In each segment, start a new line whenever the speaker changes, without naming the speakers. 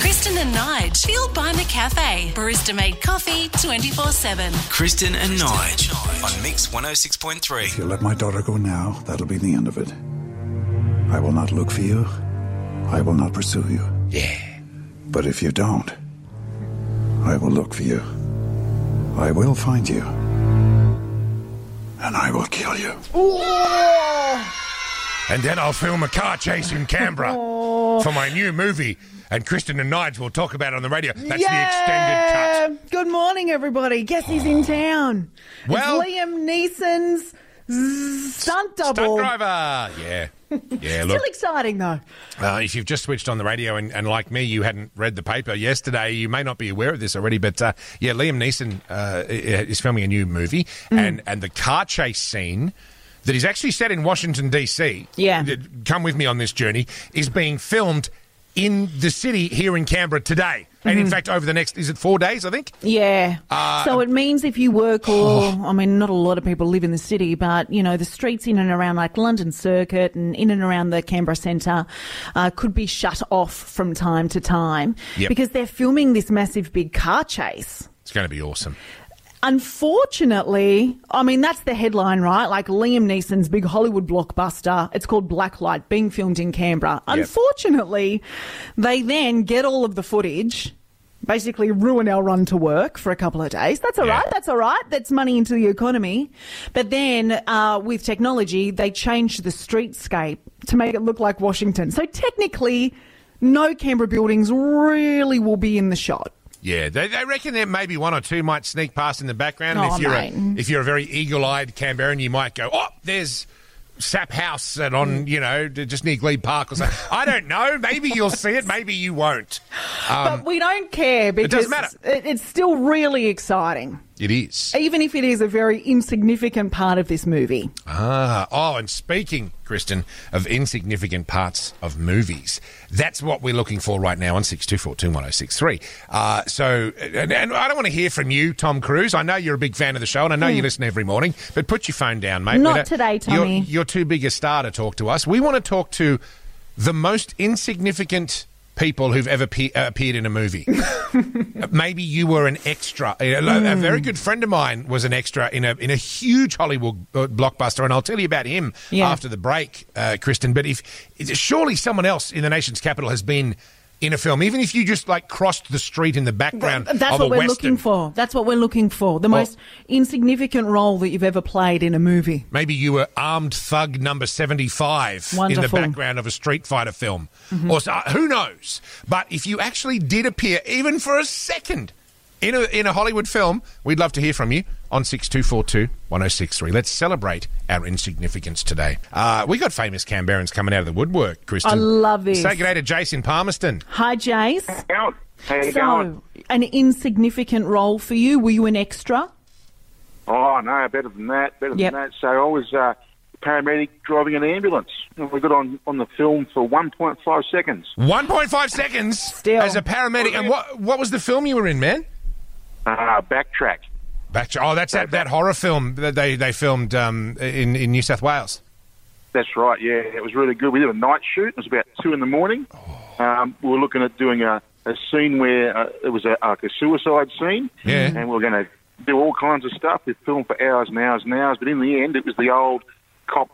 Kristen and Nige, fueled by McCafe. Barista made coffee 24 7.
Kristen and Nige on Mix 106.3.
If you let my daughter go now, that'll be the end of it. I will not look for you. I will not pursue you. Yeah. But if you don't, I will look for you. I will find you. And I will kill you.
And then I'll film a car chase in Canberra for my new movie. And Kristen and Nige will talk about it on the radio. That's the extended cut.
Good morning, everybody. Guess he's in town.
Well-
it's Liam Neeson's z- stunt
Stunt
double.
driver. Yeah. Yeah, look.
Still exciting though.
Uh, if you've just switched on the radio and, and, like me, you hadn't read the paper yesterday, you may not be aware of this already. But uh, yeah, Liam Neeson uh, i- is filming a new movie, and, and the car chase scene that is actually set in Washington, D.C.
Yeah.
that- Come with me on this journey, is being filmed in the city here in Canberra today. And in fact, over the next, is it four days, I think?
Yeah.
Uh,
so it means if you work or,
Oh.
I mean, not a lot of people live in the city, but, you know, the streets in and around like London Circuit and in and around the Canberra Centre uh, could be shut off from time to time
Yep.
because they're filming this massive big car chase.
It's going to be awesome.
Unfortunately, I mean, that's the headline, right? Like Liam Neeson's big Hollywood blockbuster. It's called Blacklight, being filmed in Canberra.
Yep.
Unfortunately, they then get all of the footage, basically ruin our run to work for a couple of days. That's all right.
Yeah.
That's all right. That's money into the economy. But then uh, with technology, they changed the streetscape to make it look like Washington. So technically, no Canberra buildings really will be in the shot.
Yeah, they, they reckon there maybe one or two might sneak past in the background. and
Oh,
if you're
mate.
a if you're a very eagle-eyed Canberran, you might go, "Oh, there's Sap House and
Mm.
on, you know, d- just near Glebe Park or something." I don't know. Maybe you'll see it. Maybe you won't.
but we don't care because
Um, doesn't matter.
it- it's still really exciting,
It is.
even if it is a very insignificant part of this movie.
Ah, oh, and speaking, Kristen, of insignificant parts of movies, that's what we're looking for right now on six two four two one zero six three. Uh, so, and, and I don't want to hear from you, Tom Cruise. I know you're a big fan of the show, and I know you listen every morning. But put your phone down, mate. We
Hmm. Not
don't-
today, Tommy.
You're, you're too big a star to talk to us. We want to talk to the most insignificant people who've ever pe- uh, appeared in a movie. Maybe you were an extra. A, a
Hmm.
very good friend of mine was an extra in a in a huge Hollywood uh, blockbuster, and I'll tell you about him
Yeah.
after the break, uh, Kristen. But if surely someone else in the nation's capital has been in a film, even if you just like crossed the street in the background.
That's what
of a
we're
Western.
looking for. That's what we're looking for. The most insignificant role that you've ever played in a movie.
Maybe you were armed thug number 75 in the
Wonderful. Mm-hmm.
background of a Street Fighter film. Or so, uh, who knows? But if you actually did appear, even for a second, in a, in a Hollywood film, we'd love to hear from you on 6242 1063. Let's celebrate our insignificance today. Uh, we got famous Canberrans coming out of the woodwork, Kristen.
I love this.
Say good day to Jason Palmerston.
Hi, Jace.
How you going?
So, an insignificant role for you? Were you an extra?
Oh no, better than that, better
Yep.
than that. So I was uh, paramedic driving an ambulance. And we got on, on the film for 1.5 seconds.
1.5 seconds
Still.
as a paramedic. And what, what was the film you were in, man?
Uh, backtrack.
Back to, oh, that's that, that horror film that they, they filmed um, in, in New South Wales.
That's right. Yeah, it was really good. We did a night shoot. It was about two in the morning. Um, we were looking at doing a, a scene where uh, it was a, like a suicide scene.
Yeah.
And we were going to do all kinds of stuff. We filmed for hours and hours and hours. But in the end, it was the old cop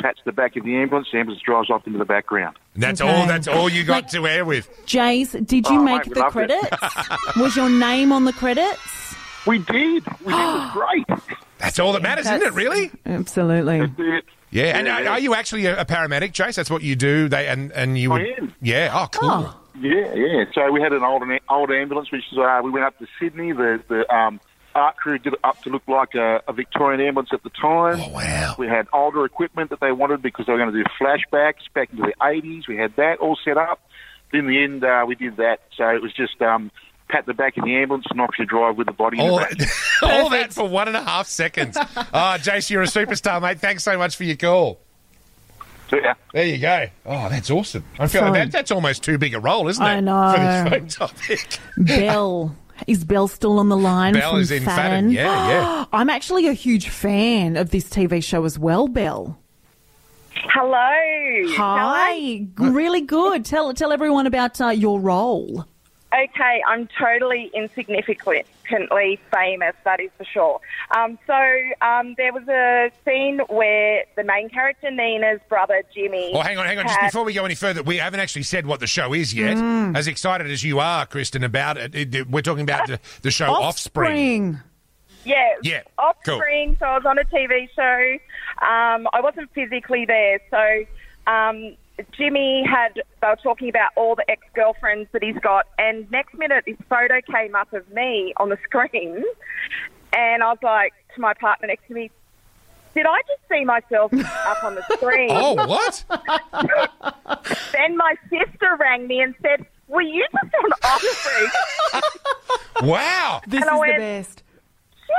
pats the back of the ambulance. The ambulance drives off into the background.
And That's
Okay.
all. That's all you got
Like-
to air with.
Jace, did you
Oh,
make
mate, we
the
loved it.
credits? Was your name on the credits?
We did. We did. It was great.
That's all that matters, isn't it?
that's-
Really?
Absolutely.
Yeah.
Yeah. And are, are you actually a, a paramedic, Chase? That's what you do. They and and you.
I
would-
am.
Yeah. Oh, cool.
Oh,
Yeah, yeah. So we had an old an old ambulance, which is uh, we went up to Sydney. The the um, art crew did it up to look like a, a Victorian ambulance at the time.
Oh, wow.
We had older equipment that they wanted because they were going to do flashbacks back into the eighties. We had that all set up. But in the end, uh, we did that. So it was just um, pat the back of the ambulance and off you drive with the body. In
All
the back.
that, all that for one and a half seconds. Ah, Jace, you're a superstar, mate. Thanks so much for your call.
So, yeah.
There you go. Oh, that's awesome. I feel
Fine.
like that, that's almost too big a role, isn't it?
I know.
For this phone topic.
Belle. Is Belle still on the line?
Belle
from
is in
Fadden?
Fadden. Yeah, yeah.
I'm actually a huge fan of this TV show as well, Belle.
Hello.
Hi, really good. Tell tell everyone about uh, your role.
Okay, I'm totally insignificantly famous, that is for sure. Um, so um, there was a scene where the main character, Nina's brother, Jimmy.
Well, Oh, hang on, hang on. Just
had-
before we go any further, we haven't actually said what the show is yet. As excited as you are, Kristen, about it, it- it- we're talking about the, the show Offspring.
Offspring.
Yeah.
Yeah, cool.
Offspring. So I was on a TV show. Um, I wasn't physically there. So um, Jimmy had, they were talking about all the ex girlfriends that he's got. And next minute, this photo came up of me on the screen. And I was like to my partner next to me, did I just see myself up on the screen?
Oh, what?
Then my sister rang me and said, were you just on Offspring?
wow.
This
And I
is
went-
the best.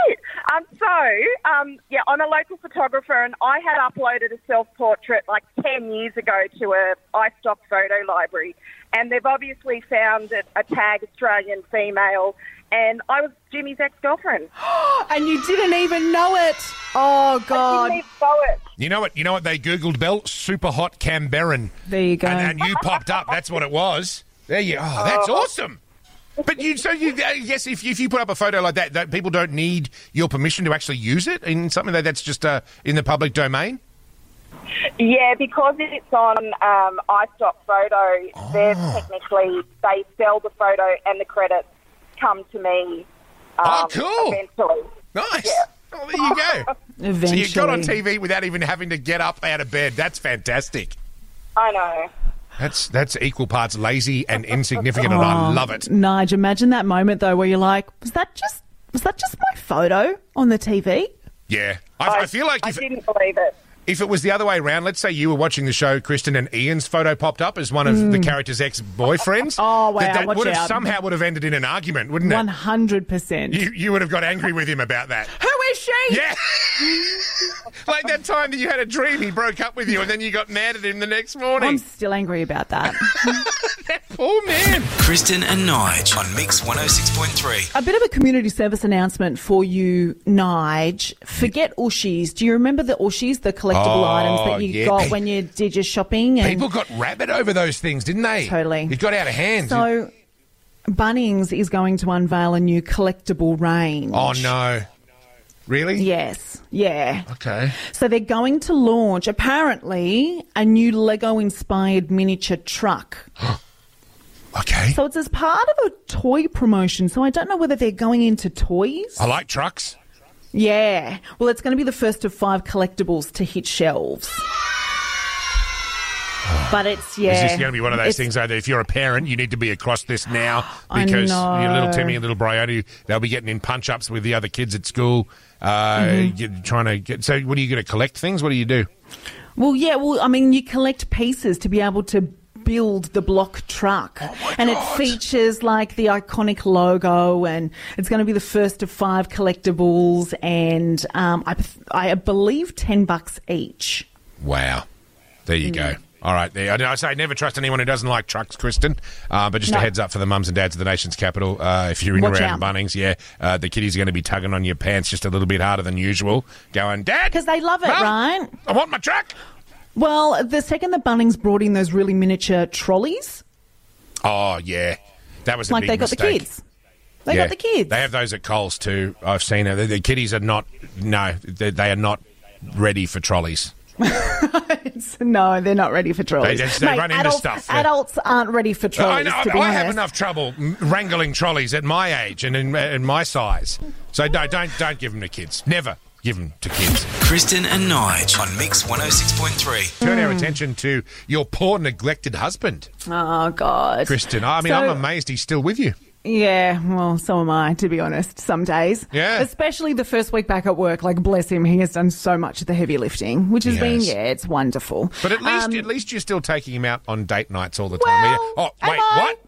shit. Um, so, um, yeah, I'm a local photographer, and I had uploaded a self portrait like 10 years ago to a iStock photo library. And they've obviously found it, a tag Australian female, and I was Jimmy's ex girlfriend.
And you didn't even know it. Oh, God.
Jimmy Bowick.
You know what? You know what they googled, Bell? Super hot Canberran.
There you go.
And, and you popped up. That's what it was. There you. Oh, that's awesome. But you, so you, I guess if you, if you put up a photo like that, that people don't need your permission to actually use it in something that that's just uh, in the public domain.
Yeah, because it's on um, iStock Photo, they're
Oh.
technically, they sell the photo and the credits come to me.
Oh,
um,
cool.
Eventually.
Nice. Oh, there you go.
Eventually.
So you got on TV without even having to get up out of bed. That's fantastic.
I know.
That's that's equal parts lazy and insignificant, and I love it.
Oh, Nige, imagine that moment though where you're like, was that just was that just my photo on the TV?
Yeah, I, I, feel like
I
if
didn't believe it.
if it was the other way around, let's say you were watching the show, Kristen, and Ian's photo popped up as one of the character's ex boyfriends.
Hmm. Oh, wow,
that, that
watch
would have
out.
somehow would have ended in an argument, wouldn't
One
it?
hundred percent.
You you would have got angry with him about that.
Who is she?
Yeah. like that time that you had a dream, he broke up with you, and then you got mad at him the next
I'm
morning.
still angry about that.
Poor man.
Kristen and Nige on Mix 106.3.
A bit of a community service announcement for you, Nige. Forget Ushies. Do you remember the Ushies, the collectible
Oh,
items that you
yeah.
got when you did your shopping? And
People got rabid over those things, didn't they?
Totally.
It got out of hand.
so Bunnings is going to unveil a new collectible range.
oh no. Really?
Yes. Yeah.
Okay.
So they're going to launch, apparently, a new Lego inspired miniature truck.
Okay.
So it's as part of a toy promotion. So I don't know whether they're going into toys.
I like trucks.
Yeah. Well, it's going to be the first of five collectibles to hit shelves. But it's, yeah.
Is this going to be one of those
it's-
things, though, that if you're a parent, you need to be across this now
I
because
know.
your little Timmy and little Bryony, they'll be getting in punch ups with the other kids at school, uh,
Mm-hmm.
get- trying to get. So, what are you going to collect things? What do you do?
Well, yeah. Well, I mean, you collect pieces to be able to build the block truck.
Oh
and it features like the iconic logo, and it's going to be the first of five collectibles, and um, I, I believe 10 bucks each.
Wow. There you go.
Mm.
All right, there. I, I say never trust anyone who doesn't like trucks, Kristen. Uh, but just a
No.
heads up for the mums and dads of the nation's capital. Uh, if you're in
Watch
around
out.
Bunnings, yeah, uh, the kiddies are going to be tugging on your pants just a little bit harder than usual, going, Dad!
'Cause they love it,
Mum,
right?
I want my truck!
Well, the second that Bunnings brought in those really miniature trolleys,
Oh, yeah. That was a
like
big
they got the
mistake.
kids. They
Yeah.
got the kids.
They have those at Coles too. I've seen it. The, the kiddies are not. No, they, they are not ready for trolleys.
no, they're not ready for trolleys.
They just- they
Mate,
run into
adults,
stuff, yeah.
Adults aren't ready for trolleys.
I, know,
Oh, to be
I have
honest.
enough trouble m- wrangling trolleys at my age and in, in my size. So no, don't don't give them to kids. Never give them to kids.
Kristen and Nige on Mix 106.3.
Turn
Hmm.
our attention to your poor neglected husband,
Oh God,
Kristen. I mean,
So-
I'm amazed he's still with you.
Yeah, well, so am I, to be honest, some days.
Yeah.
Especially the first week back at work. Like, bless him, he has done so much of the heavy lifting, which has
He
been,
has.
yeah, it's wonderful.
But at least
Um,
at least you're still taking him out on date nights all the time.
well,
Yeah. oh
am
wait,
I?
what?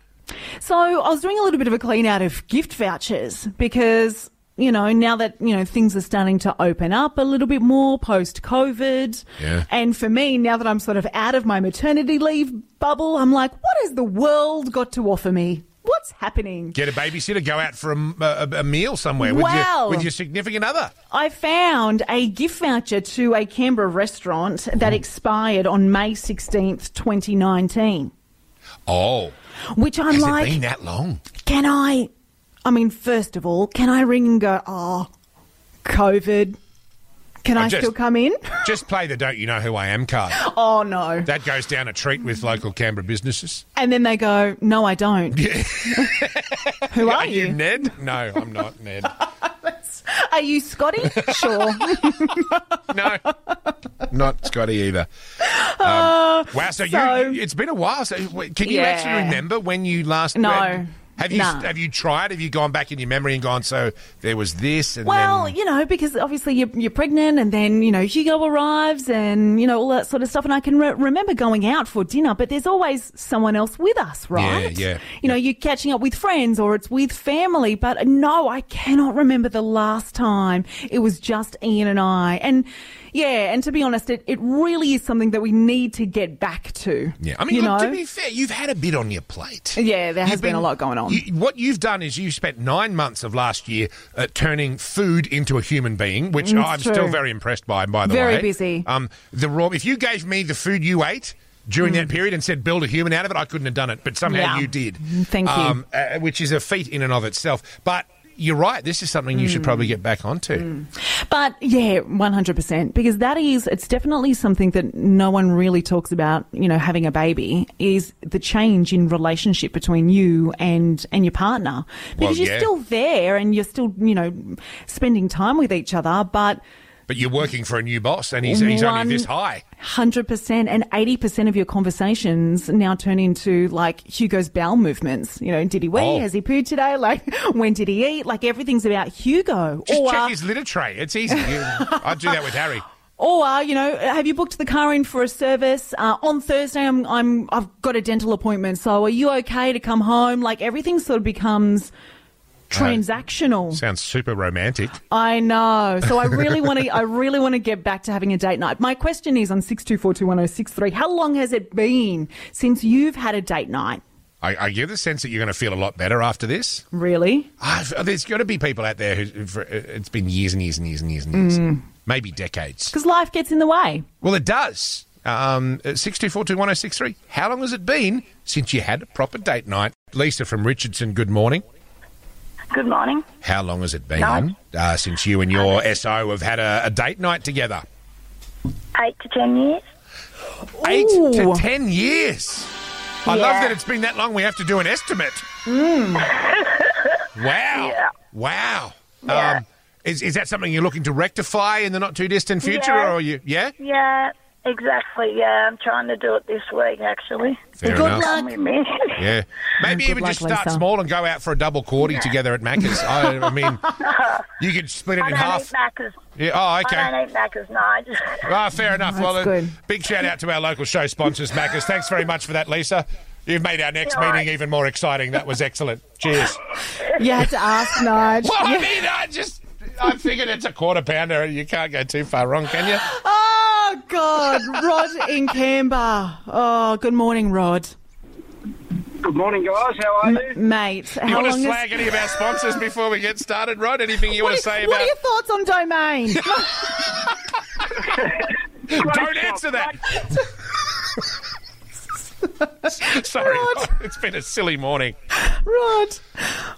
So I was doing a little bit of a clean out of gift vouchers because, you know, now that, you know, things are starting to open up a little bit more post COVID.
Yeah.
And for me, now that I'm sort of out of my maternity leave bubble, I'm like, what has the world got to offer me? What's happening?
Get a babysitter, go out for a, m- a- a meal somewhere with,
Wow.
your, with your significant other.
I found a gift voucher to a
Hmm.
Canberra restaurant that expired on May 16th, 2019.
Oh,
Which I'm
has
like,
it been that long?
can I? I mean, first of all, can I ring and go, oh, COVID? Can
I
I,
just-
still come in?
Just play the "Don't You Know Who I Am" card.
oh, no.
That goes down a treat with local Canberra businesses.
And then they go, no, I don't. Who are you?
Ned? No, I'm not Ned.
Are you Scotty? Sure.
No, not Scotty either. Um, wow, so,
Oh, so-
you, it's been a while. So wait, can you
Yeah.
actually remember when you last?
No.
Have you
Nah.
have you tried? Have you gone back in your memory and gone? So there was this, and
well,
then,
you know, because obviously you're, you're pregnant and then, you know, Hugo arrives and, you know, all that sort of stuff. And I can re- remember going out for dinner, but there's always someone else with us, right?
yeah,
You know, you're catching up with friends or it's with family, but no, I cannot remember the last time it was just Ian and I. And yeah, and to be honest, it, it really is something that we need to get back to.
yeah. I mean,
you
look,
know?
to be fair, you've had a bit on your plate.
yeah, there has
You've
been, a lot going on.
you- what you've done is you spent nine months of last year uh, turning food into a human being, which
Mm,
I'm
true.
still very impressed by. By the
Very
way,
busy.
Um, the raw. If you gave me the food you ate during that period and said build a human out of it, I couldn't have done it. But somehow
Mm. Yeah.
you did.
Thank you.
Um, uh, which is a feat in and of itself. But you're right. This is something you
Mm.
should probably get back onto.
But yeah, 100%. Because that is, it's definitely something that no one really talks about, you know, having a baby is the change in relationship between you and, and your partner. Because you're
yeah.
still there and you're still, you know, spending time with each other, but
But you're working for a new boss, and he's, he's
One-
only this high.
100% and 80% of your conversations now turn into like Hugo's bowel movements. You know, did he wee?
Oh.
Has he pooed today? Like, when did he eat? Like, everything's about Hugo.
Just
or,
check his litter tray. It's easy. You- I'd do that with Harry.
Or uh, you know, have you booked the car in for a service uh, on Thursday? I'm, I'm I've got a dental appointment, so are you okay to come home? Like everything sort of becomes transactional.
Sounds super romantic.
I know. So I really want to I really want to get back to having a date night. My question is on six two four two one zero six three. How long has it been since you've had a date night?
I, I get the sense that you're going to feel a lot better after this.
Really?
I've, uh, there's got to be people out there who, who for, uh, it's been years and years and years and years and years, maybe decades.
Because life gets in the way.
Well, it does. Um, six two four two one zero six three. How long has it been since you had a proper date night? Lisa from Richardson. Good morning.
Good morning.
How long has it been uh, since you and your SO have had a, a date night together?
Eight to ten years.
Eight to
Ooh.
ten years. I love
Yeah.
that it's been that long. We have to do an estimate. wow! Wow! Um, is is that something you're looking to rectify in the not too distant future,
Yeah.
or are you? Yeah.
Yeah, exactly. Yeah, I'm trying to do it this week actually.
Fair
Good
enough.
luck.
Come with me.
Yeah. Maybe
good
even just
luck,
start
Lisa.
small and go out for a double quarter together at Macca's. I, I mean, you could split it
I
in
don't
half.
eat Macca's.
Yeah. Oh,
I
okay.
don't eat Macca's, no. I just-
Ah, fair enough. well, uh,
good.
big shout out to our local show sponsors, Macca's. Thanks very much for that, Lisa. You've made our next
You're
meeting
right.
even more exciting. That was excellent. Cheers.
You had to ask, Nige.
Well, I mean, I just. I figured it's a quarter pounder. You can't go too far wrong, can you?
Oh God, Rod in Canberra. Oh, good morning, Rod.
Good morning, guys. How are you?
Mate,
You
how
want
long
to
is?
slag any of our sponsors before we get started, Rod? Anything you
what
want to
is-
say
what
about?
are your thoughts on domain?
Don't answer that. Sorry,
Rod.
it's been a silly morning.
Rod,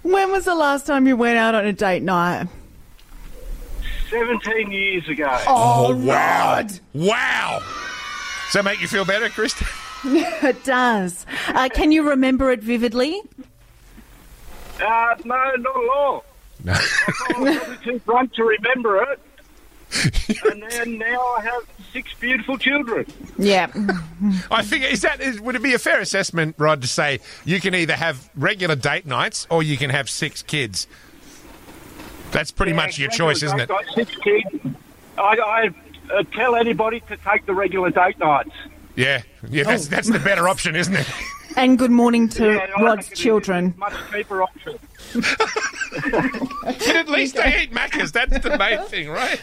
when was the last time you went out on a date night?
Seventeen years ago.
Oh,
Wow. Does that make you feel better, Kristen?
it does. Uh, can you remember it vividly?
Uh, no, not at all.
No.
I was probably too drunk to remember it. and then now I have six beautiful children.
Yeah.
I think is that is, would it be a fair assessment, Rod, to say you can either have regular date nights or you can have six kids. That's pretty much your choice, isn't
I've
it?
got six kids. I, I uh, tell anybody to take the regular date nights.
Yeah, yeah, that's that's the better option, isn't it?
And good morning to
Yeah, I
Rod's
reckon it is
children.
a Much cheaper option.
But at least they eat macas. That's the main thing, right?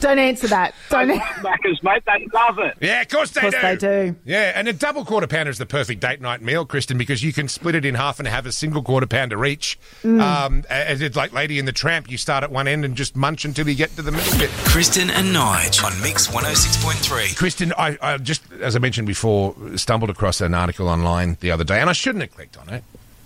Don't answer that. Don't.
Maccas, mate, they love it.
Yeah, of course they
Of course
do.
they do.
Yeah, and a double quarter pounder is the perfect date night meal, Kristen, because you can split it in half and have a single quarter pounder each.
Mm.
Um, as it's like Lady in the Tramp, you start at one end and just munch until you get to the middle bit.
Kristen and Nige on Mix 106.3.
Kristen, I, I just, as I mentioned before, stumbled across an article online the other day, and I shouldn't have clicked on it.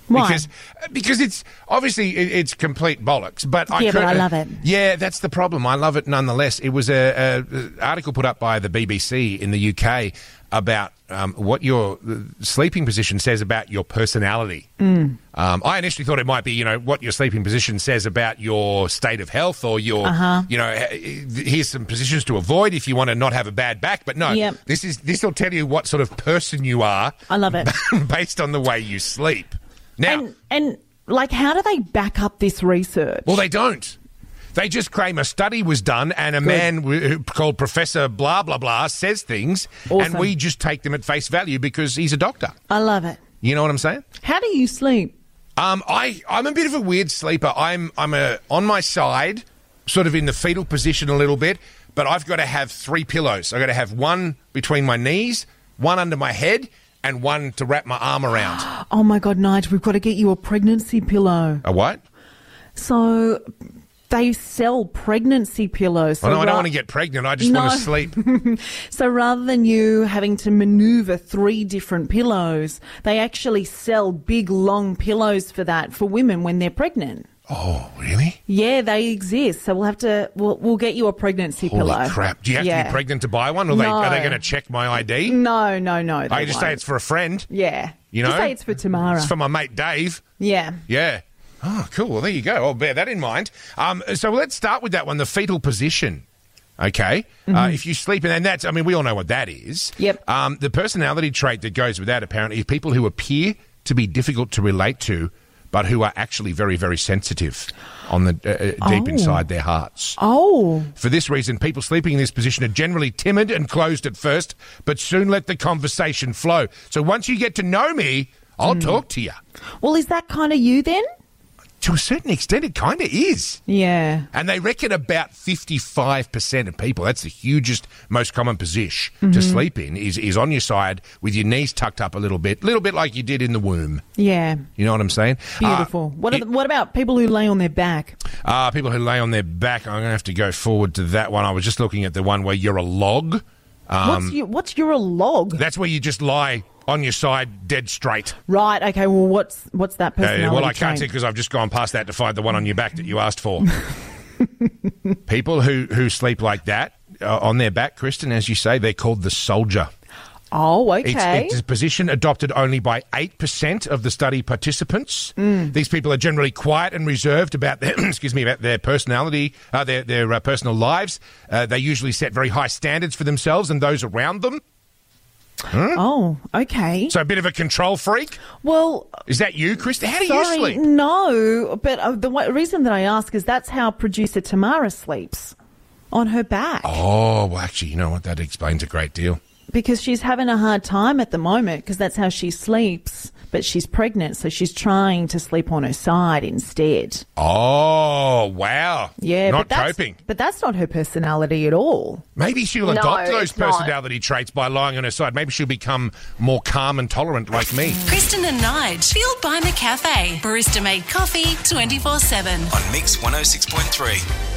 Why?
Because, because it's obviously it, it's complete bollocks. But I
Yeah, but
could-
I love it.
Yeah, that's the problem. I love it nonetheless. It was a, a article put up by the BBC in the UK about um, what your uh, sleeping position says about your personality.
Mm.
Um, I initially thought it might be, you know, what your sleeping position says about your state of health or your,
Uh-huh.
you know, h- here's some positions to avoid if you want to not have a bad back. But no,
Yep.
this is this will tell you what sort of person you are
I love it.
based on the way you sleep. Now,
And and like, how do they back up this research?
well, they don't. They just claim a study was done and a man w- who- called Professor Blah Blah Blah says things, and
Awesome.
we just take them at face value because he's a doctor.
I love it.
You know what I'm saying?
How do you sleep?
Um, I I'm a bit of a weird sleeper. I'm I'm a on my side, sort of in the fetal position a little bit, but I've got to have three pillows. I've got to have one between my knees, one under my head, and one to wrap my arm around.
Oh my God, Nigel, we've got to get you a pregnancy pillow.
A what?
So they sell pregnancy pillows. So
Well, no, I
ra-
don't want to get pregnant. I just want
No.
to sleep.
So rather than you having to maneuver three different pillows, they actually sell big, long pillows for that for women when they're pregnant.
Oh, really?
Yeah, they exist. So we'll have to we'll, we'll get you a pregnancy
Holy
pillow.
crap! Do you have to
Yeah.
be pregnant to buy one, or they, are they
No. Mm.
going to check my ID?
No, no, no.
I
they
Oh, just say
won't.
it's for a friend.
yeah.
You
just
know?
say it's for Tamara.
It's for my mate Dave.
yeah.
Yeah. Oh, cool. Well, there you go. I'll bear that in mind. Um, so let's start with that one, the fetal position. Okay. Uh, if you sleep in, and that's, I mean, we all know what that is.
Mm-hmm. Yep.
Um, the personality trait that goes with that, apparently, is people who appear to be difficult to relate to, but who are actually very, very sensitive on the uh, uh, deep
Oh.
inside their hearts.
Oh,
For this reason, people sleeping in this position are generally timid and closed at first, but soon let the conversation flow. So once you get to know me, I'll talk to you.
well, is that kind of you then?
To a certain extent, it kind of is.
Yeah.
And they reckon about 55% of people, that's the hugest, most common position to sleep in, is, is on your side with your knees tucked up a little bit, little bit like you did in the womb.
Yeah.
You know what I'm saying?
Beautiful.
Uh,
what are
it-
the, what about people who lay on their back?
uh, people who lay on their back, I'm going to have to go forward to that one. I was just looking at the one where you're a log. Um,
what's your what's your log?
That's where you just lie on your side, dead straight.
Right. Okay. Well, what's what's that
Uh,
personality?
well, I can't see
trait?
because I've just gone past that to find the one on your back that you asked for. People who, who sleep like that uh, on their back, Kristen, as you say, they're called the soldier.
Oh,
It's,
okay.
it's a position adopted only by 8% of the study participants.
Mm.
These people are generally quiet and reserved about their, excuse me, about their personality, uh, their, their uh, personal lives. Uh, they usually set very high standards for themselves and those around them.
oh, okay.
So a bit of a control freak.
well,
Is that you, Kristen? How do you
sorry,
sleep?
no. But uh, the wa- reason that I ask is that's how producer Tamara sleeps on her back
Oh, well, actually, you know what? That explains a great deal.
because she's having a hard time at the moment because that's how she sleeps. But she's pregnant, so she's trying to sleep on her side instead.
Oh, wow.
Yeah, but
Not
that's,
coping.
But that's not her personality at all.
Maybe she'll
No,
adopt those
it's not.
personality traits by lying on her side. Maybe she'll become more calm and tolerant like me.
Kristen and Nige, fueled by McCafe. Barista made coffee 24 7.
oh On Mix 106.3.